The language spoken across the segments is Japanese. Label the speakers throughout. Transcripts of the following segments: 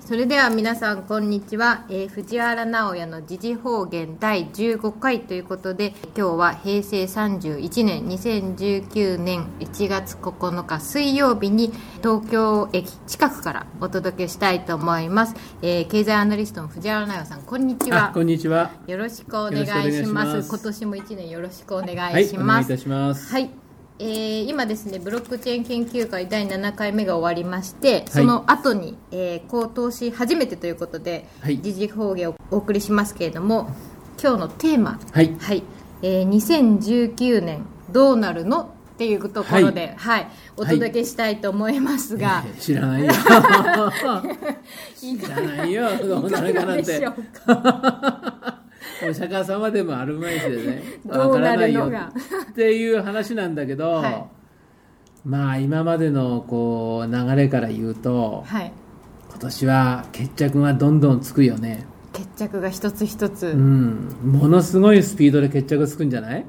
Speaker 1: それでは皆さんこんにちは、えー藤原直哉の時事方言第15回ということで今日は平成31年2019年1月9日水曜日に東京駅近くからお届けしたいと思います、えー経済アナリストの藤原直哉さんこんにち
Speaker 2: あ
Speaker 1: は
Speaker 2: こんにちは。
Speaker 1: よろしくお願いし
Speaker 2: よろしくお
Speaker 1: ま
Speaker 2: 願い
Speaker 1: す
Speaker 2: します
Speaker 1: 今年も1年よろしくお願
Speaker 2: はいい
Speaker 1: し、
Speaker 2: お願
Speaker 1: ま
Speaker 2: いい
Speaker 1: す、
Speaker 2: たします。
Speaker 1: はい、えー今ですねブロックチェーン研究会第7回目が終わりまして、
Speaker 2: い
Speaker 1: その後に、えー、高投資初めてということで、
Speaker 2: はい
Speaker 1: 時事方言をお送りしますけれども今日のテーマ
Speaker 2: はい。
Speaker 1: はい、えー2019年どうなるのっていうところで、はいお届けしたいと思いますが、
Speaker 2: えー知ら ないよ。
Speaker 1: い
Speaker 2: 知らない よ。どうなるかな
Speaker 1: かがで
Speaker 2: んて。
Speaker 1: しょう
Speaker 2: お釈迦様でもあるまいしでね。
Speaker 1: どうなるのが
Speaker 2: わからないよっていう話なんだけど、
Speaker 1: はい
Speaker 2: まあ今までのこう流れから言うと、
Speaker 1: はい
Speaker 2: 今年は決着がどんどんつくよね。
Speaker 1: 決着が一つ一つ、
Speaker 2: うん。ものすごいスピードで決着がつくんじゃない、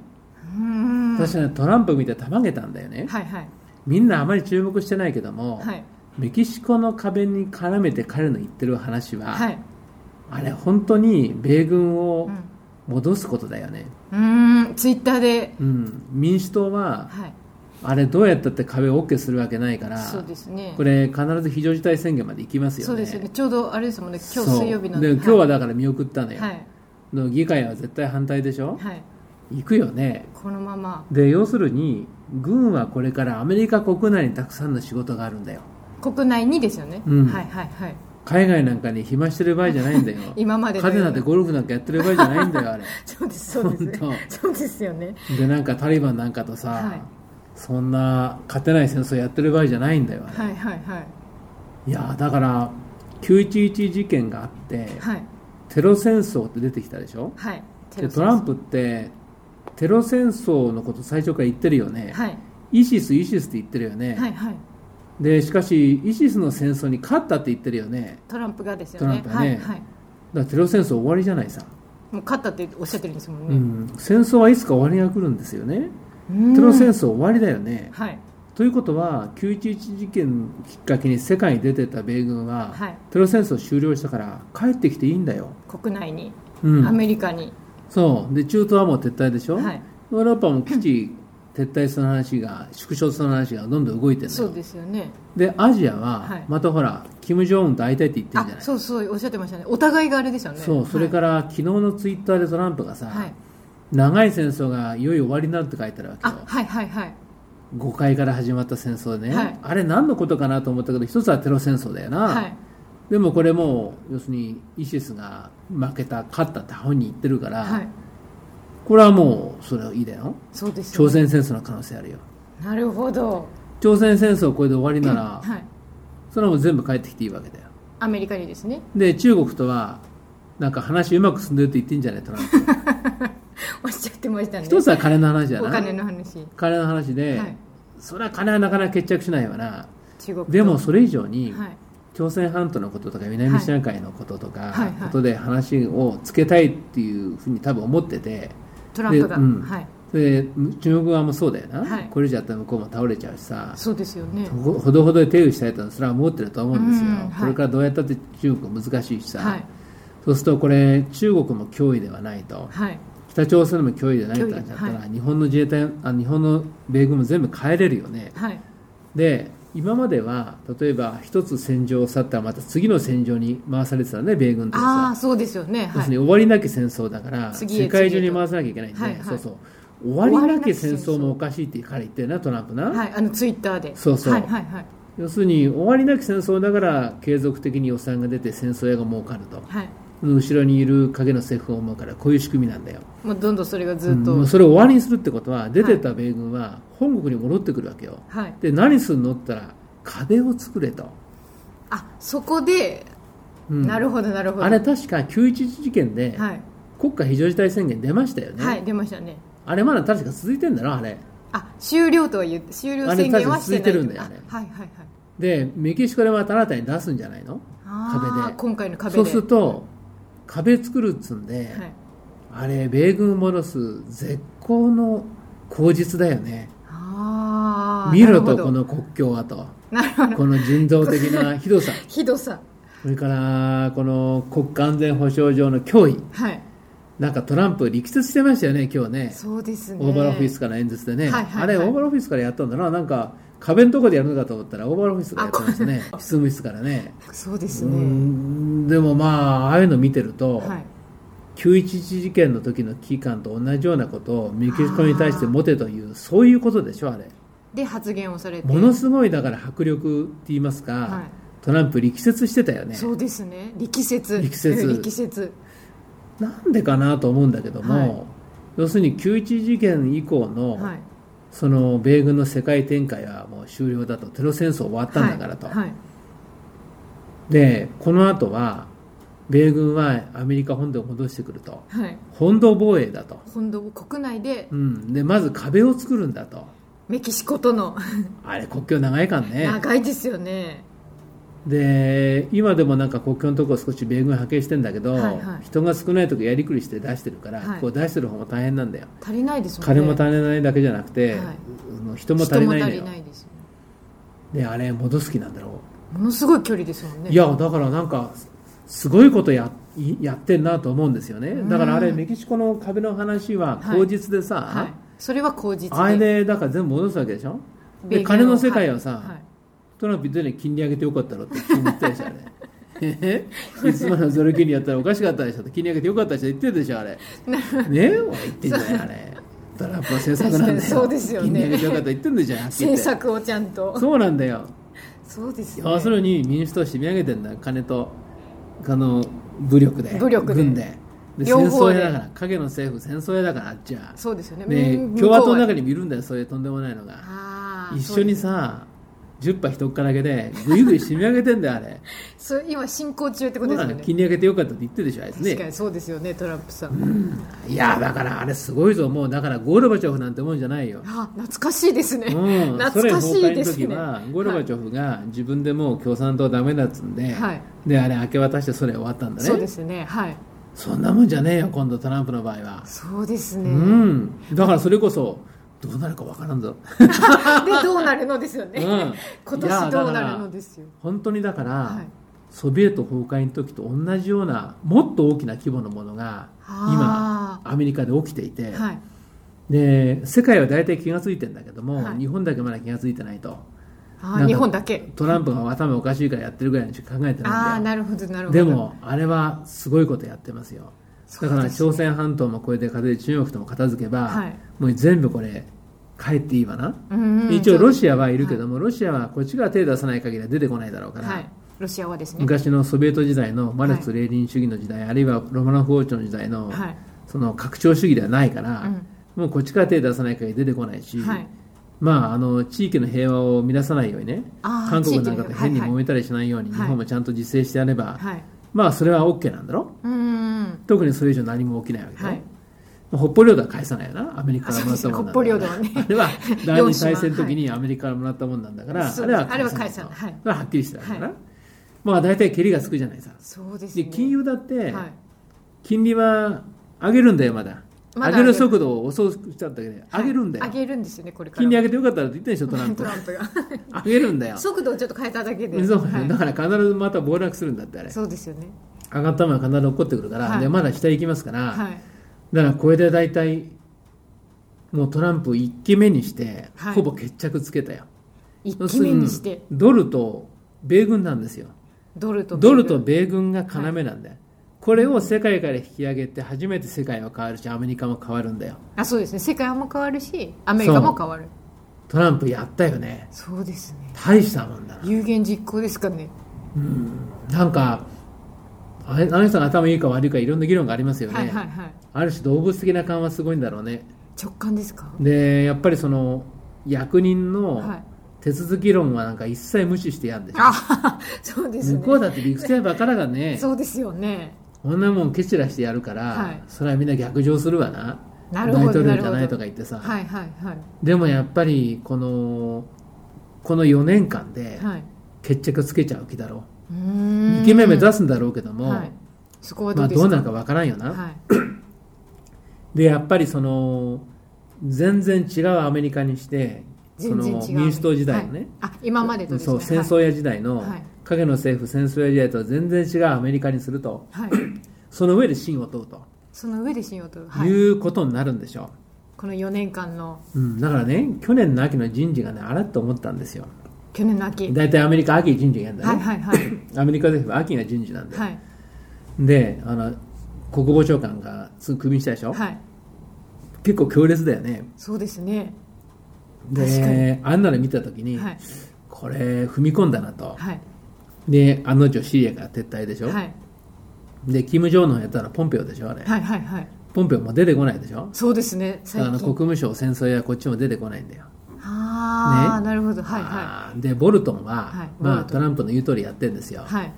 Speaker 1: うん
Speaker 2: 私はねトランプ見てたまげたんだよね。
Speaker 1: はいはい
Speaker 2: みんなあまり注目してないけども、
Speaker 1: はい
Speaker 2: メキシコの壁に絡めて彼の言ってる話は、
Speaker 1: はい
Speaker 2: あれ本当に米軍を
Speaker 1: うん
Speaker 2: 戻すことだよね、
Speaker 1: うーんツイッターで
Speaker 2: うん民主党は
Speaker 1: はい
Speaker 2: あれどうやったって壁を OK するわけないから
Speaker 1: そうですね
Speaker 2: これ必ず非常事態宣言まで行きますよね
Speaker 1: そうですよねちょうどあれですもんね今日
Speaker 2: そう
Speaker 1: 水曜日なん
Speaker 2: で今日はだから見送ったの
Speaker 1: い
Speaker 2: よ、
Speaker 1: はい、
Speaker 2: の議会は絶対反対でしょ、
Speaker 1: はい、
Speaker 2: 行くよね
Speaker 1: このまま
Speaker 2: で要するに軍はこれからアメリカ国内にたくさんの仕事があるんだよ
Speaker 1: 国内にですよね、
Speaker 2: うん
Speaker 1: はいはいはい
Speaker 2: 海外なんかに暇してる場合じゃないんだよ
Speaker 1: 今までの
Speaker 2: カ
Speaker 1: よう
Speaker 2: ズ
Speaker 1: に
Speaker 2: なんてゴルフなんかやってる場合じゃないんだよあれ
Speaker 1: そう ですそうです
Speaker 2: 本
Speaker 1: そうですよね
Speaker 2: でなんかタリバンなんかとさ、
Speaker 1: はい
Speaker 2: そんな勝てない戦争やってる場合じゃないんだよ、あれ
Speaker 1: はいはいはい
Speaker 2: いやーだから911事件があって
Speaker 1: はい
Speaker 2: テロ戦争って出てきたでしょ
Speaker 1: はい
Speaker 2: でトラ
Speaker 1: プ
Speaker 2: ンプってテロ戦争のこと最初から言ってるよね、
Speaker 1: はい
Speaker 2: イシスイシスって言ってるよね、
Speaker 1: はいはい
Speaker 2: でしかしイシスの戦争に勝ったって言ってるよね
Speaker 1: トランプがですよ
Speaker 2: トラ
Speaker 1: ね
Speaker 2: ンプはね
Speaker 1: はいはい
Speaker 2: だからテロ戦争終わりじゃないさ、
Speaker 1: もう勝ったっておっしゃってるんですもん
Speaker 2: う
Speaker 1: ね、
Speaker 2: ん、戦争はいつか終わりが来るんですよね
Speaker 1: うん
Speaker 2: テロ戦争終わりだよね、
Speaker 1: はい
Speaker 2: ということは911事件きっかけに世界に出てた米軍は、
Speaker 1: はい
Speaker 2: テロ戦争終了したから帰ってきていいんだよ、
Speaker 1: 国内に、
Speaker 2: う
Speaker 1: ア
Speaker 2: ん、
Speaker 1: メリカに
Speaker 2: そうで中東はもう撤退でしょ、
Speaker 1: はい
Speaker 2: ヨーロッパも基地 撤退その話が縮小その話がどんどん動いてるんだ
Speaker 1: そう
Speaker 2: よ
Speaker 1: ですよね
Speaker 2: でアジア
Speaker 1: は
Speaker 2: はいまたほら、金正恩と会いたいって言ってる
Speaker 1: あ
Speaker 2: じゃない
Speaker 1: そうそうおっしゃってましたねお互いがあれですよね
Speaker 2: そうそれからら、昨日のツイッターでトランプがさ、
Speaker 1: はい
Speaker 2: 長い戦争がいよいよ終わりになるって書いてあるわけ
Speaker 1: あ
Speaker 2: よ
Speaker 1: はいはいはい
Speaker 2: 誤解から始まった戦争でね、
Speaker 1: はい
Speaker 2: あれ何のことかなと思ったけど一つはテロ戦争だよな、
Speaker 1: はい
Speaker 2: でもこれもう要するにイシスが負けた勝ったって本人言ってるから、
Speaker 1: はい
Speaker 2: これはもうそれはいいだよ
Speaker 1: そうですよ
Speaker 2: 朝
Speaker 1: ね
Speaker 2: 鮮戦争の可能性あるよ
Speaker 1: なるほど
Speaker 2: 朝鮮戦争これで終わりなら、
Speaker 1: はい
Speaker 2: それはもう全部帰ってきていいわけだよ
Speaker 1: アメリカにですね
Speaker 2: で中国とはなんか話うまく進んでるって言ってんじゃ ないトランプ
Speaker 1: おっしゃってましたね
Speaker 2: 一つは金の話じゃ
Speaker 1: お
Speaker 2: な
Speaker 1: 金
Speaker 2: い
Speaker 1: の話
Speaker 2: 金の話で、
Speaker 1: はい
Speaker 2: それは金はなかなか決着しないわな
Speaker 1: 中国と
Speaker 2: でもそれ以上
Speaker 1: は
Speaker 2: に、
Speaker 1: い
Speaker 2: 朝鮮半島のこととか南シナ海のこととか、
Speaker 1: はいはいはい
Speaker 2: ことで話をつけたいっていうふうに多分思ってて
Speaker 1: トランプが
Speaker 2: でうん
Speaker 1: はい
Speaker 2: で中国側もそうだよな、
Speaker 1: はい
Speaker 2: これじゃったら向こうも倒れちゃうしさ
Speaker 1: そうですよね
Speaker 2: ほほどほどで手打ちしたいとそれは思ってると思うんですよ、
Speaker 1: うんはい
Speaker 2: これからどうやったって中国は難しいしさ、
Speaker 1: はい
Speaker 2: そうするとこれ中国も脅威ではないと
Speaker 1: はい
Speaker 2: 北朝鮮も脅威でないと
Speaker 1: 脅威
Speaker 2: なっちゃったら、
Speaker 1: は
Speaker 2: 日本の自衛隊あ日本の米軍も全部帰れるよね
Speaker 1: はい
Speaker 2: で今までは例えば一つ戦場を去ったらまた次の戦場に回されてたね米軍って
Speaker 1: あ
Speaker 2: さ
Speaker 1: あそうですよね
Speaker 2: 要
Speaker 1: は
Speaker 2: するに
Speaker 1: い
Speaker 2: 終わりなき戦争だから
Speaker 1: 次へ
Speaker 2: 世界
Speaker 1: 次
Speaker 2: 中
Speaker 1: へ
Speaker 2: に
Speaker 1: と
Speaker 2: 回さなきゃいけないんで、
Speaker 1: はいはい
Speaker 2: そうそう終わりなき戦争もおかしいって彼言ってるなトランプな、
Speaker 1: はいあのツイッターで
Speaker 2: そうそう
Speaker 1: はいはいはい
Speaker 2: 要するに終わりなき戦争だから継続的に予算が出て戦争屋が儲かると
Speaker 1: はい
Speaker 2: 後ろにいる影の政府を思うからこういう仕組みなんだよ
Speaker 1: もうどんどんそれがずっ
Speaker 2: うんも
Speaker 1: と
Speaker 2: うそれを終わりにするってことは出てた米軍は本国に戻ってくるわけよ、
Speaker 1: はい
Speaker 2: で何するのって言ったら壁を作れと、
Speaker 1: あそこで
Speaker 2: うん
Speaker 1: なるほどなるほど
Speaker 2: あれ確か911事件で
Speaker 1: はい
Speaker 2: 国家非常事態宣言出ましたよね、
Speaker 1: はい出ましたね
Speaker 2: あれまだ確か続いてんだろあれ
Speaker 1: あ終了とは言って終了宣言はしてない
Speaker 2: あれ確かに続いてるんだよね
Speaker 1: あはいはいはい
Speaker 2: でメキシコでまた新たに出すんじゃないの
Speaker 1: あ
Speaker 2: 壁
Speaker 1: ー
Speaker 2: で
Speaker 1: 今回の壁で
Speaker 2: そうすると壁作るっつうんで、
Speaker 1: はい、
Speaker 2: あれ米軍戻す絶好の口実だよね
Speaker 1: ああ
Speaker 2: 見ろとこの国境はと
Speaker 1: なるほど
Speaker 2: この人道的なひどさ
Speaker 1: ひどさ
Speaker 2: それからこの国家安全保障上の脅威
Speaker 1: はい
Speaker 2: なんかトランプ力説してましたよね今日ね
Speaker 1: そうですね
Speaker 2: オーバルオフィスから演説でね、
Speaker 1: はいはいはい
Speaker 2: あれオーバルオフィスからやったんだななんか壁のとこでやるのかと思ったらオーバルオフィスからやったんですね執務室からね
Speaker 1: そうです
Speaker 2: う
Speaker 1: ね
Speaker 2: んでもまあああいうの見てると、
Speaker 1: はい
Speaker 2: 911事件の時の危機感と同じようなことをメキシコに対して持てというそういうことでしょあれ
Speaker 1: で発言をされて
Speaker 2: ものすごいだから迫力って言いますか、
Speaker 1: は
Speaker 2: トランプ力説してたよね
Speaker 1: そうですね力説
Speaker 2: 力説
Speaker 1: うん力説
Speaker 2: なんでかなと思うんだけども、
Speaker 1: はい
Speaker 2: 要するに911事件以降の、
Speaker 1: はい
Speaker 2: その米軍の世界展開はもう終了だとテロ戦争終わったんだからと、
Speaker 1: はいはい
Speaker 2: でこの後は米軍はアメリカ本土を戻してくると
Speaker 1: はい
Speaker 2: 本土防衛だと、
Speaker 1: 本土国内で
Speaker 2: うん、でまず壁を作るんだと
Speaker 1: メキシコとの
Speaker 2: あれ国境長いかんね
Speaker 1: 長いですよね
Speaker 2: で今でもなんか国境のところ少し米軍派遣してんだけど、
Speaker 1: はいはい
Speaker 2: 人が少ないとこやりくりして出してるから、
Speaker 1: はい
Speaker 2: こう出してる方も大変なんだよ
Speaker 1: 足りないですもんね
Speaker 2: 金も足りないだけじゃなくて、
Speaker 1: はい
Speaker 2: あの人も足りないの
Speaker 1: 人も足
Speaker 2: よ
Speaker 1: りないですよね
Speaker 2: であれ戻す気なんだろ
Speaker 1: ものすごい距離ですもん
Speaker 2: う、
Speaker 1: ね
Speaker 2: いやだからなんかすごいことやいやってんなと思うんですよねだからあれ
Speaker 1: うん
Speaker 2: メキシコの壁の話は
Speaker 1: はい
Speaker 2: 口実でさ、
Speaker 1: はいそれは口実で
Speaker 2: あれでだから全部戻すわけでしょで
Speaker 1: 米軍を
Speaker 2: 金の世界はさ、
Speaker 1: はいはい
Speaker 2: トランプ言ったように金利上げてよかったろって言ってたでしょあれえへ いつまでもゼロ金利やったらおかしかったでしょって金利上げてよかったでしょって言ってるでしょあれねえお前言ってんじゃないあれトランプは政策なんだよ
Speaker 1: 確かにそうですよね
Speaker 2: 金利上げてよかった言ってんでしょはっきり
Speaker 1: 政
Speaker 2: 言って
Speaker 1: 策をちゃんと
Speaker 2: そうなんだよ
Speaker 1: そうですよね
Speaker 2: 要するに民主党を締め上げてんだ金とあの武力で
Speaker 1: 武力で
Speaker 2: 軍でで戦
Speaker 1: 両方
Speaker 2: 争
Speaker 1: で
Speaker 2: 屋だから影の政府戦争屋だからあっちは、
Speaker 1: そうですよね
Speaker 2: ね、
Speaker 1: 民
Speaker 2: 共和党の中
Speaker 1: 向こ
Speaker 2: にもいるんだよそういうとんでもないのが
Speaker 1: うはああ
Speaker 2: 一緒にさ10杯一っからげでぐいぐい締め上げてんだよあ れ
Speaker 1: そうですそう今進行中ってこ
Speaker 2: そ
Speaker 1: とです
Speaker 2: うな
Speaker 1: よ
Speaker 2: の
Speaker 1: ね
Speaker 2: 金利上げてよかったって言ってるでしょあいつ
Speaker 1: 確か
Speaker 2: ね
Speaker 1: にそうですよねトランプさん
Speaker 2: いやだからあれすごいぞもうだからゴルバチョフなんてもんじゃな いよ、
Speaker 1: あ懐かしいですね、
Speaker 2: うん、ソ
Speaker 1: 懐
Speaker 2: 連
Speaker 1: かしい
Speaker 2: 崩壊
Speaker 1: で
Speaker 2: の
Speaker 1: す
Speaker 2: 時
Speaker 1: ね
Speaker 2: はゴルバチョフが自分でもう共産党ダメだっつんで、
Speaker 1: はい
Speaker 2: であれ明け渡してそれ終わったんだね
Speaker 1: そうですねはい
Speaker 2: そんなもんじゃねえよ今度トランプの場合は、
Speaker 1: そうですね、
Speaker 2: うんだからそれこそどうなるかわからんぞ、
Speaker 1: でどうなるのですよ
Speaker 2: う
Speaker 1: ね、
Speaker 2: ん、
Speaker 1: 今
Speaker 2: いや
Speaker 1: 年どうなるの
Speaker 2: だから
Speaker 1: ですよ
Speaker 2: 本当にだから、
Speaker 1: はい
Speaker 2: ソビエト崩壊の時と同じようなもっと大きな規模のものが今
Speaker 1: あ
Speaker 2: アメリカで起きていて、
Speaker 1: ーはい
Speaker 2: で世界は大体気が付いてんだけども、
Speaker 1: はい
Speaker 2: 日本だけまだ気が付いてないと
Speaker 1: あ
Speaker 2: なん
Speaker 1: ー
Speaker 2: か
Speaker 1: 日本だけ
Speaker 2: トランプが頭おかしいからやってるぐらいにしか考えて
Speaker 1: あ
Speaker 2: な
Speaker 1: あ
Speaker 2: いんだ
Speaker 1: なる
Speaker 2: よ
Speaker 1: ほどなるほ
Speaker 2: で
Speaker 1: ど
Speaker 2: もあれはすごいことやってますよだから朝鮮半島もこれで風邪中国とも片付けば、
Speaker 1: はい
Speaker 2: もう全部これ帰っていいわな、
Speaker 1: うんうん
Speaker 2: 一応ロ
Speaker 1: そう
Speaker 2: シアはいるけども、ロシアはこっちが手出さない限りは出てこないだろうから、
Speaker 1: はいロシアはですね
Speaker 2: 昔のソビエト時代のマルクス・レーリン主義の時代、あるいはロマノフ王朝の時代の,、
Speaker 1: はい
Speaker 2: その拡張主義ではないから、
Speaker 1: うん
Speaker 2: もうこっちから手出さない限り出てこないし、
Speaker 1: はい
Speaker 2: まあ、あの地域の平和を乱さないようにね
Speaker 1: あー
Speaker 2: 韓国なんか
Speaker 1: 地域の
Speaker 2: と
Speaker 1: 平和
Speaker 2: 変に
Speaker 1: はいはい
Speaker 2: 揉めたりしないように、
Speaker 1: はい
Speaker 2: 日本もちゃんと自制してやれば、
Speaker 1: はい
Speaker 2: まあそれは OK なんだろ
Speaker 1: うんうんうん
Speaker 2: 特にそれ以上何も起きないわけで、
Speaker 1: はい
Speaker 2: まあ北方領土は返さないよなアメリカからもらったもんなんだから
Speaker 1: あそうですね北方領土はね
Speaker 2: あ れは第二次大
Speaker 1: 四
Speaker 2: 戦
Speaker 1: 島
Speaker 2: の時にアメリカからもらったもんなんだから、
Speaker 1: はい
Speaker 2: あれは
Speaker 1: そうですあれは
Speaker 2: 返
Speaker 1: 返
Speaker 2: さ
Speaker 1: さ
Speaker 2: ない
Speaker 1: ない
Speaker 2: と
Speaker 1: はい
Speaker 2: それははっきりしてたから、まあ大体蹴りがつくじゃないさ
Speaker 1: そうです
Speaker 2: で
Speaker 1: ね
Speaker 2: 金融だって
Speaker 1: はい
Speaker 2: 金利は上げるんだよまだ
Speaker 1: まだ
Speaker 2: 上げる速度を遅くしたんだけど上げるんだよ、
Speaker 1: はい上げるんですよねこれから
Speaker 2: 金利上げてよかったらって言ってんでしょトランプ
Speaker 1: トランプが
Speaker 2: 上げるんだ よ
Speaker 1: 速度をちょっと変えただけで
Speaker 2: そう
Speaker 1: はい
Speaker 2: だから必ずまた暴落するんだってあれ
Speaker 1: そうですよね
Speaker 2: 上がったものは必ず落っこってくるから、
Speaker 1: はい
Speaker 2: でまだ下行きますから、
Speaker 1: はい
Speaker 2: だからこれで大体もうトランプ1期目にして、
Speaker 1: はい
Speaker 2: ほぼ決着つけたよ
Speaker 1: 一気目にして
Speaker 2: 要するにドルと米軍なんですよ
Speaker 1: ドルと
Speaker 2: ドルと米軍が要なんだよ、これを世界から引き上げて初めて世界は変わるしアメリカも変わるんだよ
Speaker 1: あそうですね世界も変わるしアメリカも変わる
Speaker 2: トランプやったよね
Speaker 1: そうですね
Speaker 2: 大したもんだな、
Speaker 1: 有言実行ですかね
Speaker 2: うん、なんかあれあの人が頭いいか悪いかいろんな議論がありますよね、
Speaker 1: はいはいはい
Speaker 2: ある種動物的な感はすごいんだろうね
Speaker 1: 直感ですか
Speaker 2: でやっぱりその役人
Speaker 1: は
Speaker 2: の
Speaker 1: い
Speaker 2: 手続き論はなんか一切無視してやんでしょ、
Speaker 1: あそうです
Speaker 2: 向こう
Speaker 1: ね
Speaker 2: だって理屈やばからがね
Speaker 1: そうですよね
Speaker 2: こんなもんケチらしてやるから、
Speaker 1: はい
Speaker 2: それはみんな逆上するわな
Speaker 1: なるほど
Speaker 2: 大統
Speaker 1: な
Speaker 2: 領
Speaker 1: る
Speaker 2: じゃ
Speaker 1: ほ
Speaker 2: ない
Speaker 1: ど
Speaker 2: とか言ってさ、
Speaker 1: はいはいはい
Speaker 2: でもやっぱりこのこの4年間で
Speaker 1: はい
Speaker 2: 決着つけちゃう気だろ
Speaker 1: う
Speaker 2: う、
Speaker 1: ーん
Speaker 2: イケメン目指すんだろうけども、
Speaker 1: はいそこは
Speaker 2: ま
Speaker 1: ど
Speaker 2: あ、
Speaker 1: うです
Speaker 2: ど
Speaker 1: か
Speaker 2: うなるかわからんよな、
Speaker 1: はい
Speaker 2: でやっぱりその全然違うアメリカにしてそ
Speaker 1: 全
Speaker 2: の
Speaker 1: 然違う
Speaker 2: 民主党時代のね、
Speaker 1: はいあ今までとですね
Speaker 2: そう戦争や時代の、
Speaker 1: はい
Speaker 2: 影の政府戦争や時代とは全然違うアメリカにすると
Speaker 1: はい、 はい、
Speaker 2: その上で信を問うと、
Speaker 1: その上で信用とる、
Speaker 2: い、
Speaker 1: はい、
Speaker 2: うことになるんでしょ
Speaker 1: この4年間の
Speaker 2: う、うん、だからね去年の秋の人事がねあらっと思ったんですよ
Speaker 1: 去年の秋
Speaker 2: 大体アメリカ秋人事やんだね、
Speaker 1: はいはいはい
Speaker 2: アメリカ政府秋が人事なんで、
Speaker 1: はい
Speaker 2: であの国防長官がすぐクビにしたでしょ、
Speaker 1: はい
Speaker 2: 結構強烈だよね
Speaker 1: そうですね確か
Speaker 2: であんなの見た時に、
Speaker 1: はい
Speaker 2: これ踏み込んだなと
Speaker 1: はい
Speaker 2: で案の定シリアから撤退でしょ、
Speaker 1: はい
Speaker 2: でキム・ジョンウンやったらポンペオでしょあれ、
Speaker 1: はいはいはい
Speaker 2: ポンペオも出てこないでしょ
Speaker 1: そうですね
Speaker 2: あ
Speaker 1: 最
Speaker 2: の
Speaker 1: 近
Speaker 2: 国務省戦争やこっちも出てこないんだよ
Speaker 1: ああ、
Speaker 2: ね
Speaker 1: なるほどはいは
Speaker 2: あーでボルトンは、
Speaker 1: はい
Speaker 2: ま
Speaker 1: ボ
Speaker 2: あ、
Speaker 1: ルトン
Speaker 2: トランプの言う通りやってんですよ、
Speaker 1: いはい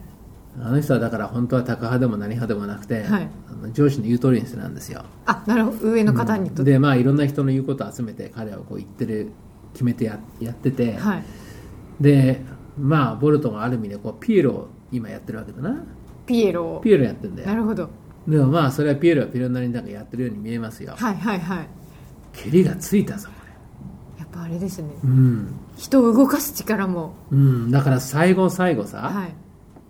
Speaker 2: あの人はだから本当はタカ派でも何派でもなくて、
Speaker 1: はい
Speaker 2: あの上司の言う通りにしてなんですよ
Speaker 1: あなるほど上の方にとって、
Speaker 2: でまあいろんな人の言うことを集めて彼はこう言ってる決めてややってて、
Speaker 1: はい
Speaker 2: でまあボルトンはある意味でこうピエロを今やってるわけだな
Speaker 1: ピエロを
Speaker 2: ピエロやってんだ
Speaker 1: な
Speaker 2: よ
Speaker 1: るほど
Speaker 2: でもまあそれはピエロはピエロなりになんかやってるように見えますよ
Speaker 1: はいはいはい
Speaker 2: 蹴りがついたぞこ
Speaker 1: やっぱあれですね
Speaker 2: れうん、
Speaker 1: 人を動かす力も
Speaker 2: うん、だから最後最後さ、
Speaker 1: は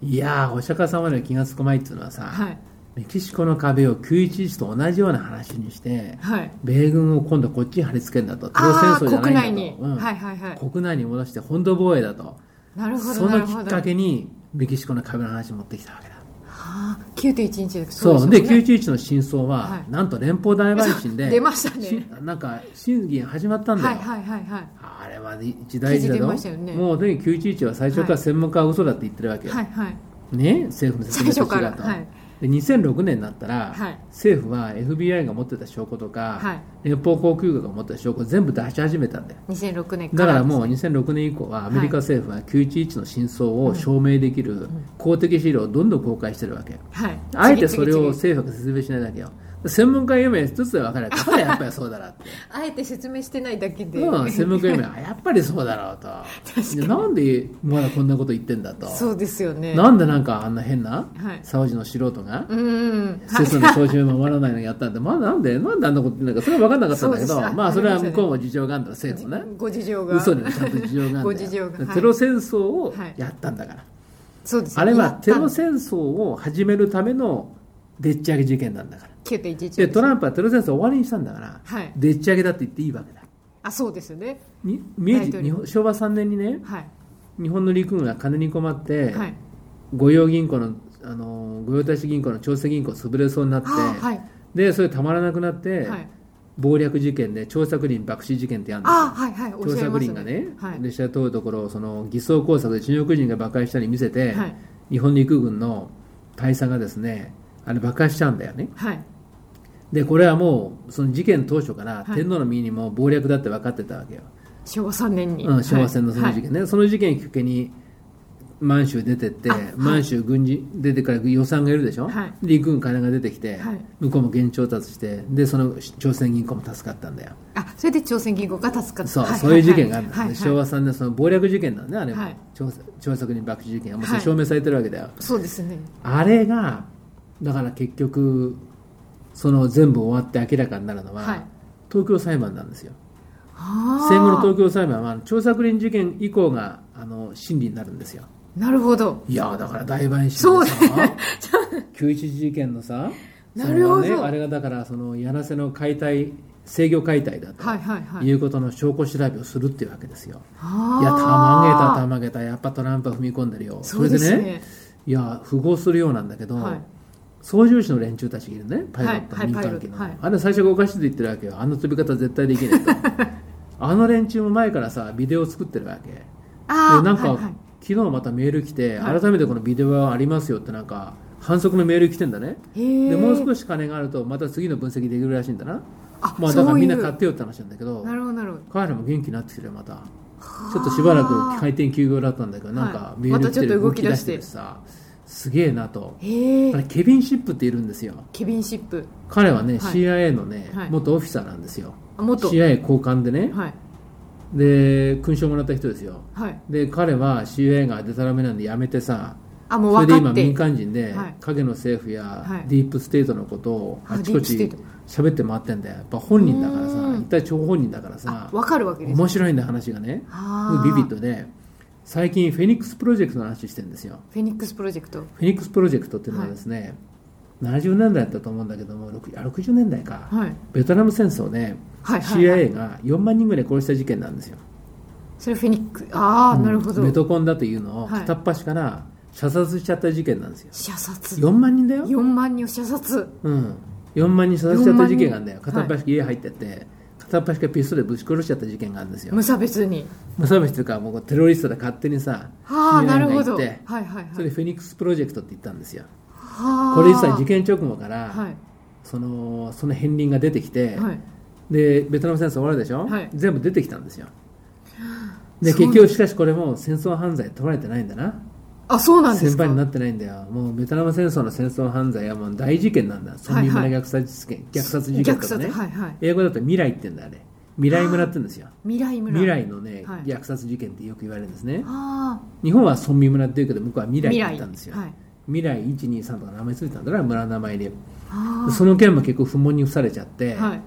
Speaker 1: い
Speaker 2: い、やーお釈迦様の気がつくまいっていうのはさ、
Speaker 1: はい
Speaker 2: メキシコの壁を911と同じような話にして
Speaker 1: はい
Speaker 2: 米軍を今度こっちに貼り付けるんだとテロ
Speaker 1: あ
Speaker 2: 戦争じ
Speaker 1: ー
Speaker 2: ゃ
Speaker 1: 国
Speaker 2: ない
Speaker 1: 内
Speaker 2: んだ
Speaker 1: に、
Speaker 2: と、うん
Speaker 1: はいはいはい
Speaker 2: 国内に戻して本土防衛だと
Speaker 1: なるほ
Speaker 2: そ
Speaker 1: どな
Speaker 2: の
Speaker 1: る
Speaker 2: き
Speaker 1: ほ
Speaker 2: っ
Speaker 1: ど
Speaker 2: かけにメキシコの壁の話を持ってきたわけだ
Speaker 1: はあ9.11です
Speaker 2: そう
Speaker 1: すよ
Speaker 2: で,、
Speaker 1: ね
Speaker 2: 911の真相は、
Speaker 1: はい
Speaker 2: なんと連邦大陪審で
Speaker 1: 出ましたね
Speaker 2: しなんか審議が始まったんだ
Speaker 1: はい
Speaker 2: よ、
Speaker 1: はいはいはい
Speaker 2: あれは一大事
Speaker 1: 記事
Speaker 2: だ
Speaker 1: 出
Speaker 2: ろ
Speaker 1: ましたよね
Speaker 2: もうとにかく911は最初から
Speaker 1: はい
Speaker 2: 専門家は嘘だって言ってるわけよ、
Speaker 1: はいはい
Speaker 2: ね、政府の説明書
Speaker 1: 最初から
Speaker 2: と、
Speaker 1: はい
Speaker 2: で2006年になったら、
Speaker 1: はい
Speaker 2: 政府は FBI が持ってた証拠とか、
Speaker 1: はい
Speaker 2: 連邦航空局が持ってた証拠を全部出し始めたんだよ
Speaker 1: 2006年か
Speaker 2: だ
Speaker 1: ら
Speaker 2: からもう2006年以降はアメリカ政府は911の真相を証明できる公的資料をどんどん公開してるわけ、
Speaker 1: はい
Speaker 2: あえてそれを
Speaker 1: 次々次々
Speaker 2: 政府が説明しないだけよ専門家夢一つで分かればやっぱりやっぱりそうだな って
Speaker 1: あえて説明してないだけで、
Speaker 2: うん専 門家夢はやっぱりそう だろうとでなんでまだこんなこと言ってんだと
Speaker 1: そうですよね
Speaker 2: なんでなんかあんな変な、
Speaker 1: はい
Speaker 2: サウジの素人が
Speaker 1: うんうん
Speaker 2: 施設の招集を守らないのやったんで、まあなんで、なんであんなこと言ってなんか、それは分かんなかったんだけ
Speaker 1: そうでし
Speaker 2: ど、
Speaker 1: た
Speaker 2: まあそれは向こうも事情があるんだろう、政府もね。
Speaker 1: ご事情が
Speaker 2: 嘘でもちゃんと事情がある
Speaker 1: ご
Speaker 2: んだ
Speaker 1: 事情
Speaker 2: よ
Speaker 1: がはい
Speaker 2: テロ戦争をやったんだから、
Speaker 1: そうです
Speaker 2: あれはテロ
Speaker 1: 9.11
Speaker 2: 戦争を始めるためのでっち上げ事件なんだから
Speaker 1: です
Speaker 2: でトランプはテロ戦争を終わりにしたんだから、
Speaker 1: はい
Speaker 2: でっち上げだって言っていいわけだ
Speaker 1: あそうですよね
Speaker 2: に明
Speaker 1: 大
Speaker 2: 治
Speaker 1: 統領
Speaker 2: 日本昭和3年にね
Speaker 1: はい
Speaker 2: 日本の陸軍が金に困って、
Speaker 1: はい
Speaker 2: 御用銀行のあの御用達銀行の調整銀行潰れそうになって、
Speaker 1: あはい
Speaker 2: でそれたまらなくなって、
Speaker 1: はい
Speaker 2: 暴略事件で調作林爆死事件ってやるんですよ
Speaker 1: あはいはいおっ
Speaker 2: 調
Speaker 1: しゃい
Speaker 2: 作
Speaker 1: ます
Speaker 2: 林がね、
Speaker 1: はい
Speaker 2: 列車通るところをその偽装工作で中国人が爆破したり見せて、
Speaker 1: はい
Speaker 2: 日本陸軍の大佐がですねあれ爆破しちゃうんだよね
Speaker 1: はい
Speaker 2: でこれはもうその事件当初から
Speaker 1: はい
Speaker 2: 天皇の身にも謀略だって分かってたわけよ、
Speaker 1: 昭和3年に
Speaker 2: うん、昭和戦のその
Speaker 1: はい
Speaker 2: 事件ね、その事件きっかけに満州出てって、
Speaker 1: あはい
Speaker 2: 満州軍事出てから予算がいるでしょ、
Speaker 1: はい
Speaker 2: 陸軍金が出てきて、
Speaker 1: はい
Speaker 2: 向こうも現調達してでその朝鮮銀行も助かったんだよ
Speaker 1: あそれで朝鮮銀行が助かった
Speaker 2: そう、
Speaker 1: はは
Speaker 2: そういう事件があるんですね、
Speaker 1: はいはい
Speaker 2: 昭和3年、その暴力事件なんだね、あれも、
Speaker 1: はい
Speaker 2: 調査調査人爆死事件が、もうそ
Speaker 1: は
Speaker 2: れ
Speaker 1: い
Speaker 2: 証明されてるわけだよ、
Speaker 1: そうですね
Speaker 2: あれが、だから結局、その全部終わって明らかになるのは、
Speaker 1: はい
Speaker 2: 東京裁判なんですよ、
Speaker 1: あー
Speaker 2: 戦後の東京裁判は、調査人事件以降があの審理になるんですよ。
Speaker 1: なるほど
Speaker 2: いやーだから大陪
Speaker 1: そ
Speaker 2: 審
Speaker 1: う
Speaker 2: で
Speaker 1: ね
Speaker 2: さ、911 事件のさ、
Speaker 1: なるほど
Speaker 2: そのねあれがだから、その柳瀬の解体、制御解体だと、、
Speaker 1: はいはいはいいう
Speaker 2: ことの証拠調べをするっていうわけですよ。
Speaker 1: あー
Speaker 2: いや、たまげた、たまげた、やっぱトランプは踏み込んでるよ。
Speaker 1: そうです
Speaker 2: れでね、
Speaker 1: ね
Speaker 2: いや、符合するようなんだけど、
Speaker 1: はい
Speaker 2: 操縦士の連中たちがいるね、パイロット、
Speaker 1: はい
Speaker 2: 民
Speaker 1: はい
Speaker 2: 間機の、
Speaker 1: パイロット
Speaker 2: あれ最初がおかしいと言ってるわけよ、あの飛び方絶対できないと。 あの連中も前からさ、ビデオを作ってるわけ。で
Speaker 1: あー
Speaker 2: なんか、
Speaker 1: はいはい
Speaker 2: 昨日またメール来て、
Speaker 1: はい
Speaker 2: 改めてこのビデオはありますよって、なんか、反則のメール来てんだね。
Speaker 1: へー
Speaker 2: でもう少し金があると、また次の分析できるらしいんだな。
Speaker 1: あ
Speaker 2: まあ、だからみんな
Speaker 1: そうい
Speaker 2: 買っ
Speaker 1: う
Speaker 2: てよって話なんだけど
Speaker 1: な。るほどなるほど
Speaker 2: 彼らも元気になってきてるよまたちょっとしばらく開店休業だったんだけどなんか
Speaker 1: はい
Speaker 2: メール来て
Speaker 1: またちょっ
Speaker 2: る
Speaker 1: と
Speaker 2: 動
Speaker 1: 動
Speaker 2: き
Speaker 1: き
Speaker 2: 出
Speaker 1: 出
Speaker 2: し
Speaker 1: してて
Speaker 2: るさすげえなと
Speaker 1: へ
Speaker 2: あれ
Speaker 1: え
Speaker 2: ケビン・シップっているんですよ
Speaker 1: ケビンシップ
Speaker 2: 彼はね、
Speaker 1: はい
Speaker 2: CIA のね、
Speaker 1: はい
Speaker 2: 元オフィサーなんですよ
Speaker 1: あ元
Speaker 2: CIA 高官でね、
Speaker 1: はい
Speaker 2: で勲章もらった人ですよ
Speaker 1: はい
Speaker 2: で彼は CIA がでたらめなんでやめてさ
Speaker 1: あもう
Speaker 2: それ
Speaker 1: 分か
Speaker 2: で今
Speaker 1: って
Speaker 2: 民間人で
Speaker 1: はい
Speaker 2: 影の政府や
Speaker 1: はい
Speaker 2: ディープステートのことを
Speaker 1: あ
Speaker 2: あちこ
Speaker 1: ディ
Speaker 2: ち
Speaker 1: ープ
Speaker 2: 喋って回ってんだよやっぱ本人だから
Speaker 1: う
Speaker 2: さ
Speaker 1: ん
Speaker 2: い対張本人だから
Speaker 1: あ
Speaker 2: さ
Speaker 1: 分かるわけです
Speaker 2: 面白いんだ話がね
Speaker 1: あー
Speaker 2: ビビッドで最近フェニックスプロジェクトの話してるんですよ
Speaker 1: フェニックスプロジェクト
Speaker 2: フェニックスプロジェクトっていうのはですね、70年代だったと思うんだけども60あ60年代か、
Speaker 1: はい
Speaker 2: ベトナム戦争で
Speaker 1: はいはい、はい、
Speaker 2: CIA が4万人ぐらい殺した事件なんですよ、
Speaker 1: それフェニックああ、
Speaker 2: うん
Speaker 1: なるほど
Speaker 2: メトコンだというのを
Speaker 1: はい
Speaker 2: 片っ端から射殺しちゃった事件なんですよ、
Speaker 1: 射殺
Speaker 2: 4万人だよ、
Speaker 1: 4万人を射殺
Speaker 2: うん、4万人射殺しちゃった事件があるんだよ
Speaker 1: 4万人
Speaker 2: 片っ端から家入ってって、片っ端からピストルでぶち殺しちゃった事件があるんですよ
Speaker 1: 無差別に
Speaker 2: 無差別というかもうテロリストで勝手にさ
Speaker 1: ああ
Speaker 2: CIA
Speaker 1: なるほど
Speaker 2: が
Speaker 1: はい
Speaker 2: 行
Speaker 1: は
Speaker 2: って
Speaker 1: いはい
Speaker 2: それでフェニックスプロジェクトって言ったんですよ
Speaker 1: はあ
Speaker 2: これ実際事件直後から、
Speaker 1: はい
Speaker 2: そのその片鱗が出てきて、
Speaker 1: はい
Speaker 2: でベトナム戦争終わるでしょ、
Speaker 1: はい
Speaker 2: 全部出てきたんですよで
Speaker 1: そうなん
Speaker 2: 結局しかしこれも戦争犯罪取られてないんだな
Speaker 1: あそうなんで
Speaker 2: 先
Speaker 1: すか
Speaker 2: 輩になってないんだよもうベトナム戦争の戦争犯罪はもう大事件なんだ村民村
Speaker 1: はい
Speaker 2: 虐殺事件、虐殺事件とかね、
Speaker 1: 虐殺はいはい
Speaker 2: 英語だと未来って言うんだあれ未来村って言うんですよ
Speaker 1: 未来村
Speaker 2: 未来のね、
Speaker 1: はい
Speaker 2: 虐殺事件ってよく言われるんですね
Speaker 1: あ
Speaker 2: 日本は村民村って言うけど向こうは未
Speaker 1: あ
Speaker 2: 来って言ったんですよ
Speaker 1: はい
Speaker 2: 未来,、123とか名前ついたんだから村の名前で
Speaker 1: あ
Speaker 2: その件も結構不問に付されちゃって、
Speaker 1: あはい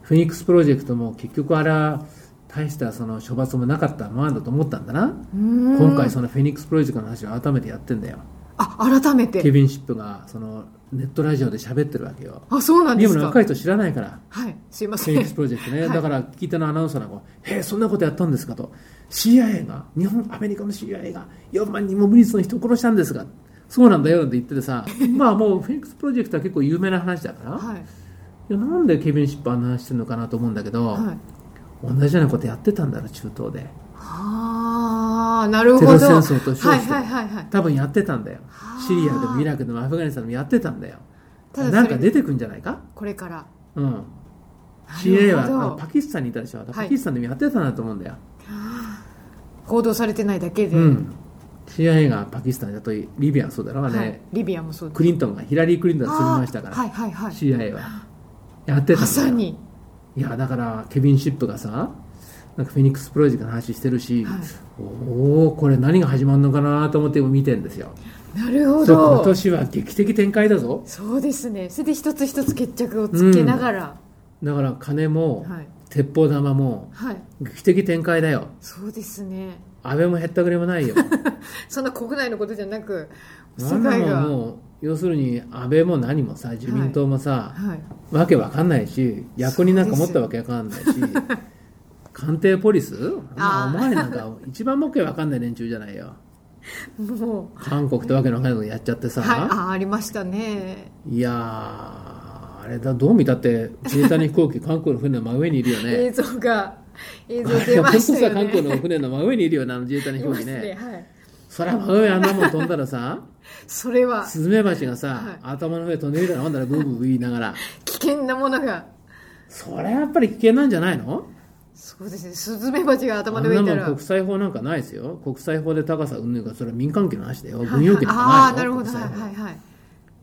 Speaker 2: フェニックスプロジェクトも結局あれは大したその処罰もなかったものだと思ったんだな今
Speaker 1: 今
Speaker 2: 回そのフェニックスプロジェクトの話を改めてやってんだよ
Speaker 1: あ改めて
Speaker 2: ケビン・シップがそのネットラジオで喋ってるわけよ
Speaker 1: あそうなん
Speaker 2: で
Speaker 1: で
Speaker 2: も
Speaker 1: すか
Speaker 2: 若い人知らないから
Speaker 1: はいすいま
Speaker 2: フ
Speaker 1: せ
Speaker 2: ェ
Speaker 1: ん
Speaker 2: ニックスプロジェクトね、
Speaker 1: はい
Speaker 2: だから聞いたのアナウンサーなんか「へえそんなことやったんですか」と「CIA が日本アメリカの CIA が4万人も無実の人を殺したんですが」そうなんだよなんて言ってて さまあもうフェニックスプロジェクトは結構有名な話だから、い
Speaker 1: はい
Speaker 2: やなんでケビン・シップあんな話してるのかなと思うんだけど、
Speaker 1: はい
Speaker 2: 同じようなことやってたんだろ中東で
Speaker 1: ああなるほど
Speaker 2: テロ戦争と称
Speaker 1: はい
Speaker 2: して
Speaker 1: はいはいはい
Speaker 2: 多分やってたんだよ
Speaker 1: はあ
Speaker 2: シリアでもイラクでもアフガニスタンでもやってたんだよ
Speaker 1: ただそれ
Speaker 2: なんか出てくんじゃないか
Speaker 1: これから
Speaker 2: うん
Speaker 1: なる
Speaker 2: CIA はあ
Speaker 1: ほど
Speaker 2: のパキスタンにいたでしょ
Speaker 1: い
Speaker 2: パキスタンでもやってたなと思うんだよ、
Speaker 1: 報道されてないだけで、
Speaker 2: うん、CIA がパキスタンだとリビアはそうだろうね、
Speaker 1: はい、リビアもそうです
Speaker 2: クリントンがヒラリー・クリントンが住みましたから、
Speaker 1: あーはいはいはい
Speaker 2: CIA はやってた
Speaker 1: ま
Speaker 2: んだ
Speaker 1: さ
Speaker 2: よ
Speaker 1: に
Speaker 2: いやだからケビン・シップがさなんかフェニックスプロジェクトの話してるし、
Speaker 1: はい
Speaker 2: おおこれ何が始まるのかなと思って見てるんですよ
Speaker 1: なるほ
Speaker 2: そう今
Speaker 1: ど
Speaker 2: 年は劇的展開だぞ
Speaker 1: そうですねそれで一つ一つ決着をつけながら、
Speaker 2: だから金も、
Speaker 1: はい
Speaker 2: 鉄砲玉も
Speaker 1: はい
Speaker 2: 劇的展開だよ
Speaker 1: そうですね
Speaker 2: 安倍もへったくれも ないよ
Speaker 1: そんな国内のことじゃなく
Speaker 2: な
Speaker 1: 世
Speaker 2: んな
Speaker 1: 界
Speaker 2: も
Speaker 1: が
Speaker 2: んもう要するに安倍も何もさ自民党もさ、
Speaker 1: はい
Speaker 2: わけわかんないし役になんか持ったわけわかんないし官邸ポリス
Speaker 1: あー
Speaker 2: お前なんか一番もっけわかんない連中じゃないよ
Speaker 1: も
Speaker 2: 韓国ってわけのわかんないことやっちゃって
Speaker 1: う
Speaker 2: さ、
Speaker 1: はいあーありましたね
Speaker 2: いやーあれだどう見たって自衛隊の飛 行機韓国の船の真上にいるよね
Speaker 1: 映像が映 像
Speaker 2: あれ
Speaker 1: 出ま
Speaker 2: 本当
Speaker 1: した
Speaker 2: さ
Speaker 1: よ
Speaker 2: 韓国
Speaker 1: ね
Speaker 2: の船の真上にいるよなあの自衛隊の飛
Speaker 1: い
Speaker 2: 行
Speaker 1: ま
Speaker 2: 機
Speaker 1: す
Speaker 2: ね
Speaker 1: ねはい
Speaker 2: そりゃ真上あんなもん飛んだらさ
Speaker 1: それは
Speaker 2: スズメバチがさ、
Speaker 1: はい
Speaker 2: 頭の上飛んでみたらなんだらブーブー言いながら
Speaker 1: 危険なものが
Speaker 2: それはやっぱり危険なんじゃないの
Speaker 1: そうですねスズメバチが頭
Speaker 2: あ
Speaker 1: の
Speaker 2: ん
Speaker 1: 上
Speaker 2: な
Speaker 1: にいた
Speaker 2: もん
Speaker 1: ら
Speaker 2: 国際法なんかないですよ国際法で高さうんぬんかそれは民間機の話だよ
Speaker 1: はい
Speaker 2: 軍用機なん
Speaker 1: あ
Speaker 2: か
Speaker 1: あ
Speaker 2: な
Speaker 1: ないる
Speaker 2: よ
Speaker 1: ほ
Speaker 2: 国
Speaker 1: どは
Speaker 2: 際
Speaker 1: い
Speaker 2: 法
Speaker 1: はいはい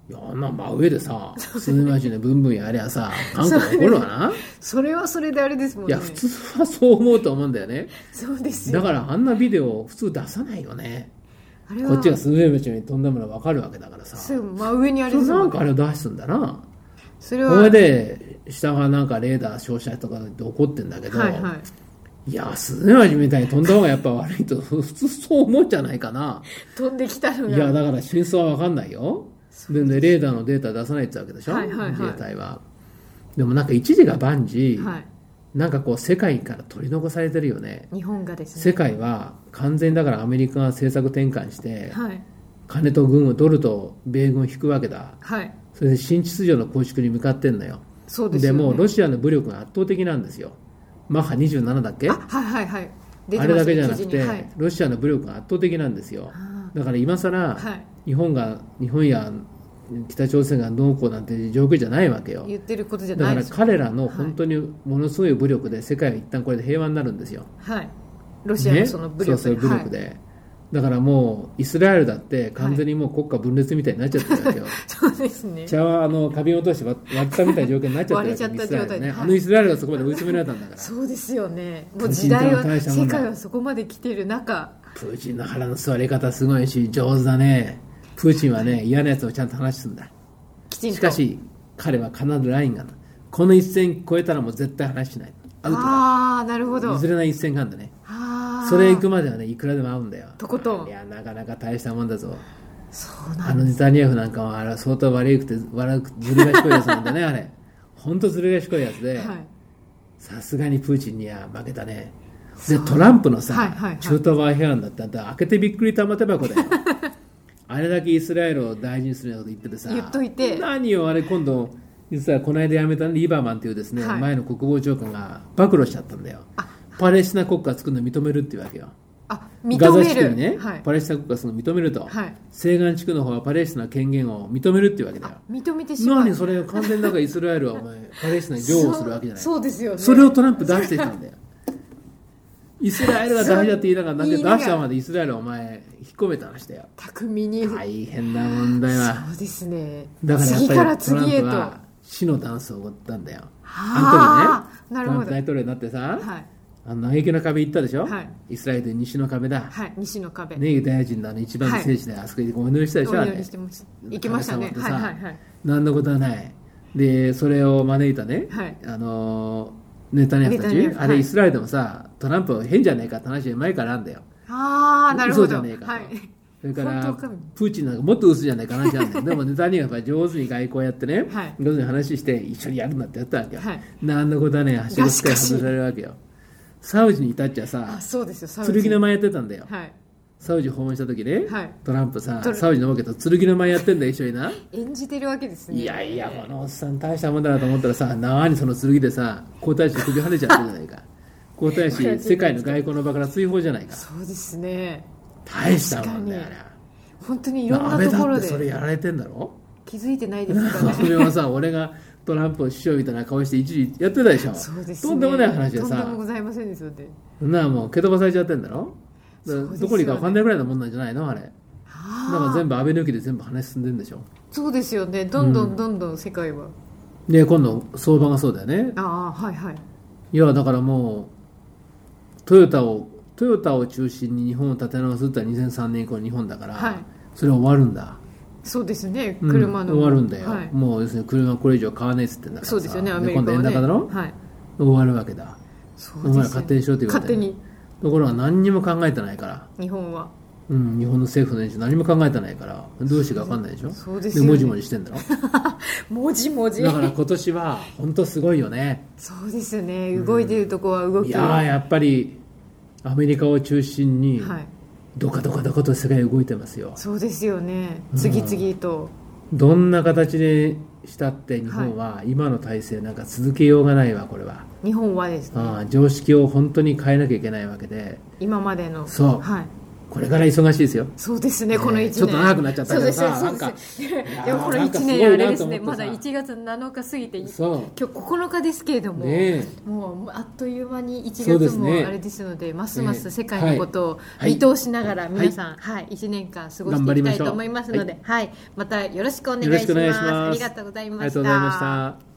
Speaker 2: いやあんな真上でさスズメバチのブンブンやりゃさ韓国怒るわな、
Speaker 1: それはそれであれですもん
Speaker 2: い
Speaker 1: ね
Speaker 2: や普通はそう思うと思うんだよね
Speaker 1: そうです
Speaker 2: だ
Speaker 1: よ
Speaker 2: からあんなビデオ普通出さないよね
Speaker 1: あれは
Speaker 2: こっちがスズメバチに飛んだもの分かるわけだからさ
Speaker 1: すぐ真上にあれ
Speaker 2: そ
Speaker 1: で
Speaker 2: れ
Speaker 1: す
Speaker 2: な
Speaker 1: もん
Speaker 2: んかあれを出すんだな
Speaker 1: それは
Speaker 2: それで下がなんかレーダー照射とかで怒ってんだけど、
Speaker 1: はいはい
Speaker 2: いやスズメバチみたいに飛んだ方がやっぱ悪いと普通そう思うんじゃないかな
Speaker 1: 飛んできたの
Speaker 2: い
Speaker 1: が
Speaker 2: やだから真相は分かんないよででレーダーのデータ出さないってわけでしょ、
Speaker 1: はいはいはい
Speaker 2: 自衛隊はでもなんか一時が万事、
Speaker 1: はい
Speaker 2: なんかこう世界から取り残されてるよね
Speaker 1: 日本がです
Speaker 2: 世
Speaker 1: ね
Speaker 2: 界は完全にだからアメリカが政策転換して
Speaker 1: はい
Speaker 2: 金と軍をドルと米軍を引くわけだ
Speaker 1: はい
Speaker 2: それで新秩序の構築に向かってんのよ
Speaker 1: そうです
Speaker 2: で
Speaker 1: よね
Speaker 2: もうロシアの武力が圧倒的なんですよマッハ27だっけ
Speaker 1: あは
Speaker 2: あ
Speaker 1: いはいはい出て
Speaker 2: れ
Speaker 1: ま
Speaker 2: だ
Speaker 1: す
Speaker 2: け
Speaker 1: ね
Speaker 2: じゃなく
Speaker 1: 記事
Speaker 2: て、
Speaker 1: にはい
Speaker 2: ロシアの武力が圧倒的なんですよ
Speaker 1: あ
Speaker 2: だから今更、
Speaker 1: ーはい
Speaker 2: 日本が日本や北朝鮮がどうこうなんて状況じゃないわけよ
Speaker 1: 言ってることじゃ
Speaker 2: だ
Speaker 1: ないで
Speaker 2: から
Speaker 1: す
Speaker 2: 彼らの本当にものすごい武力で世界は一旦これで平和になるんですよ、
Speaker 1: はいロシアのその武力
Speaker 2: ねそうそう武
Speaker 1: は
Speaker 2: 力
Speaker 1: い
Speaker 2: で、だからもうイスラエルだって完全にもう国家分裂みたいになっちゃってるわけよ、
Speaker 1: そうですね
Speaker 2: 茶はあの花瓶落として割割ったみたいな状況になっちゃってるわけ
Speaker 1: 割れちゃった
Speaker 2: イスラエル
Speaker 1: 状態で
Speaker 2: ね、
Speaker 1: はい
Speaker 2: あのイスラエルがそこまで追い詰められたんだから
Speaker 1: そうですよねも
Speaker 2: プ
Speaker 1: う
Speaker 2: ーチ
Speaker 1: 時
Speaker 2: ン
Speaker 1: 代は
Speaker 2: とは大したも
Speaker 1: 世
Speaker 2: んだ
Speaker 1: 界はそこまで来てる中
Speaker 2: プーチンの腹の座り方すごいし上手だねプーチンはね嫌なやつをちゃんと話すんだ
Speaker 1: きちんと
Speaker 2: しかし彼は必ずラインがあるこの一線越えたらもう絶対話しない合うとか
Speaker 1: あーなるほど
Speaker 2: 譲れない一線があるんだね
Speaker 1: あー
Speaker 2: それ行くまではねいくらでも合うんだよ
Speaker 1: とことん
Speaker 2: いやなかなか大したもんだぞ
Speaker 1: そうな
Speaker 2: あ
Speaker 1: んだ
Speaker 2: のネタニヤフなんかはあれ相当悪くて悪くずる賢いやつなんだねあれ本当ずる賢いやつ で
Speaker 1: はい
Speaker 2: さすがにプーチンには負けたねでトランプのさ、
Speaker 1: はいはいはい
Speaker 2: 中東和平安だってあんた開けてびっくり玉手箱だよ あれだけイスラエルを大事にするようなこと言っててさ
Speaker 1: 言っといて
Speaker 2: 何よあれ今度実はこの間辞めたリーバーマンというですね、
Speaker 1: はい
Speaker 2: 前の国防長官が暴露しちゃったんだよパレスチナ国家作るの認めるっていうわけよ
Speaker 1: あ認
Speaker 2: ガザ
Speaker 1: め
Speaker 2: 地区
Speaker 1: る
Speaker 2: にね、
Speaker 1: はい
Speaker 2: パレスチナ国家その認めると、
Speaker 1: はい
Speaker 2: 西岸地区の方はパレスチナ権限を認めるっていうわけだよ
Speaker 1: あ認めてしまう
Speaker 2: 何それ完全になんかイスラエルはお前パレスチナに
Speaker 1: そう
Speaker 2: 譲歩するわけじゃない
Speaker 1: そうですよね
Speaker 2: それをトランプ出してた んだよ。イスラエルはダメだって言いながら、なんで
Speaker 1: そう言い
Speaker 2: 出
Speaker 1: ながら
Speaker 2: したまでイスラエルをお前、引っ込めた話だよ。
Speaker 1: 巧みにそ
Speaker 2: 大変な問題は。
Speaker 1: うですね
Speaker 2: だから
Speaker 1: 次
Speaker 2: や
Speaker 1: か
Speaker 2: っぱ
Speaker 1: ら
Speaker 2: りトラン
Speaker 1: 次へ
Speaker 2: プ
Speaker 1: と
Speaker 2: は死のダンスを踊ったんだよ。
Speaker 1: あ
Speaker 2: あ
Speaker 1: ー
Speaker 2: の
Speaker 1: な
Speaker 2: 時
Speaker 1: る
Speaker 2: ね、
Speaker 1: ほ
Speaker 2: トラン
Speaker 1: ど
Speaker 2: プ大統領になってさ、
Speaker 1: はい
Speaker 2: あの嘆きの壁行ったでしょ、
Speaker 1: はい
Speaker 2: イスラエルで西の壁だ。
Speaker 1: はい西の壁
Speaker 2: ね、ユダヤ人のあの一番の聖地で、あそこにお祈りしたでし
Speaker 1: お
Speaker 2: ょ、あ
Speaker 1: 祈
Speaker 2: れ
Speaker 1: りしてます行きましたね
Speaker 2: 神
Speaker 1: はい
Speaker 2: 様
Speaker 1: はい
Speaker 2: と
Speaker 1: はい
Speaker 2: 何のことはないでそれを招いたね、
Speaker 1: はい
Speaker 2: あのネタニヤフた
Speaker 1: ネタニ
Speaker 2: ち
Speaker 1: ヤフ
Speaker 2: あれ
Speaker 1: はい
Speaker 2: イスラエルでもさトランプは変じゃねえかって話が前からあるんだよ
Speaker 1: ああなるほ
Speaker 2: 嘘じ
Speaker 1: ど
Speaker 2: ゃ
Speaker 1: は
Speaker 2: ね
Speaker 1: い
Speaker 2: えかとそれから
Speaker 1: 本当かも
Speaker 2: プーチンなんかもっと薄じゃないかなって話なんだよでもネタニヤフは上手に外交やってね、
Speaker 1: はい
Speaker 2: 上手に話して一緒にやるんだってやったわけよ、
Speaker 1: はい
Speaker 2: 何のことはねはしご使い
Speaker 1: がしかし
Speaker 2: 外れられるわけよサウジに至っちゃさ
Speaker 1: あそうですよサウジ
Speaker 2: 剣の舞やってたんだよ
Speaker 1: はい
Speaker 2: サウジ訪問した時ね、
Speaker 1: はい
Speaker 2: トランプさ
Speaker 1: トラ
Speaker 2: サウジの王家と剣の舞やってんだよ一緒にな
Speaker 1: 演じてるわけですね
Speaker 2: いやいや、このおっさん大したもんだなと思ったらさ、なにその剣でさ、皇太子首跳ねちゃってるじゃな いか。皇太子、世界の外交の場から追放じゃないか。
Speaker 1: そうですね
Speaker 2: 大したもんだよ
Speaker 1: 確
Speaker 2: な。
Speaker 1: 本当にいろん
Speaker 2: 安
Speaker 1: な
Speaker 2: 倍
Speaker 1: と
Speaker 2: だ
Speaker 1: こ
Speaker 2: っ
Speaker 1: ろ
Speaker 2: てそれ
Speaker 1: で
Speaker 2: やられてんだろ
Speaker 1: 気づいてないですかね
Speaker 2: それをさ、俺がトランプを師匠みたいな顔して一時やってたでしょ。
Speaker 1: そうですね
Speaker 2: とんでもない話で
Speaker 1: とんでもご
Speaker 2: さ、
Speaker 1: ざいませんですよね
Speaker 2: そんなあもう蹴飛ばされちゃってんだろだから
Speaker 1: そうですよね
Speaker 2: どこにか分かんないぐらいのもんなんじゃないのあれ。だ
Speaker 1: あ
Speaker 2: から全部安倍抜きで全部話進んでんでしょ。
Speaker 1: そうですよねどんどんどんどん世界は、
Speaker 2: で、今度、相場がそうだよね。
Speaker 1: ああはいはい
Speaker 2: いやだからもうトヨタをトヨタを中心に日本を立て直すってのは2003年以降の日本だから、
Speaker 1: はい
Speaker 2: それは終わるんだ、
Speaker 1: そうですね
Speaker 2: うん
Speaker 1: 車の、
Speaker 2: 終わるんだよ、
Speaker 1: はい、
Speaker 2: もう要するに車これ以上買わねえっつってんだからさ
Speaker 1: そうですよねアメリカはね
Speaker 2: 今度円高だろ
Speaker 1: はい
Speaker 2: 終わるわけだ
Speaker 1: そ
Speaker 2: お
Speaker 1: う
Speaker 2: 前ら
Speaker 1: ですよ
Speaker 2: 勝手にしろって言わ
Speaker 1: 勝
Speaker 2: れて
Speaker 1: 手
Speaker 2: る
Speaker 1: に
Speaker 2: ところが何にも考えてないから、
Speaker 1: 日本は
Speaker 2: うん、日本の政府の連中何も考えてないからどうしてか分かんないでしょ
Speaker 1: そうですよね
Speaker 2: もじもじして んだろ
Speaker 1: もじもじ
Speaker 2: だから今年は本当すごいよね
Speaker 1: そうですよね動いてるとこは動
Speaker 2: い
Speaker 1: き
Speaker 2: やー
Speaker 1: は
Speaker 2: やっぱりアメリカを中心に、
Speaker 1: はい
Speaker 2: どかどかどかと世界動いてますよ
Speaker 1: そうですよね次々と、
Speaker 2: どんな形でしたって日本は今の体制なんか続けようがないわこれは、
Speaker 1: 日本はですね
Speaker 2: ああ常識を本当に変えなきゃいけないわけで
Speaker 1: 今までの
Speaker 2: そう
Speaker 1: はい
Speaker 2: これから忙しいですよ
Speaker 1: そうですね、この1
Speaker 2: ねえ
Speaker 1: 年
Speaker 2: ちょっと長くなっちゃったけどさ
Speaker 1: そうですねそうですねでもこの
Speaker 2: なん
Speaker 1: 1
Speaker 2: かすごい
Speaker 1: 年
Speaker 2: な
Speaker 1: あれですね
Speaker 2: と思
Speaker 1: ま
Speaker 2: って
Speaker 1: だ
Speaker 2: さ
Speaker 1: 1月7日過ぎて今日
Speaker 2: そ
Speaker 1: 9日ですけれど
Speaker 2: う
Speaker 1: も、
Speaker 2: ね
Speaker 1: もうあっという間に
Speaker 2: そう
Speaker 1: 1
Speaker 2: で
Speaker 1: 月
Speaker 2: す
Speaker 1: も
Speaker 2: ね
Speaker 1: あれですのでますます世界
Speaker 2: は
Speaker 1: の
Speaker 2: い
Speaker 1: ことを
Speaker 2: はい
Speaker 1: 見通しながら
Speaker 2: い
Speaker 1: 皆さん、はい1年間過ごしていきたいと思いますので、はいまたよろしくお願いし
Speaker 2: よろしくお願
Speaker 1: ま
Speaker 2: い
Speaker 1: す
Speaker 2: します
Speaker 1: ありがとうござい
Speaker 2: えあ
Speaker 1: ま
Speaker 2: りが
Speaker 1: し
Speaker 2: とうございましたた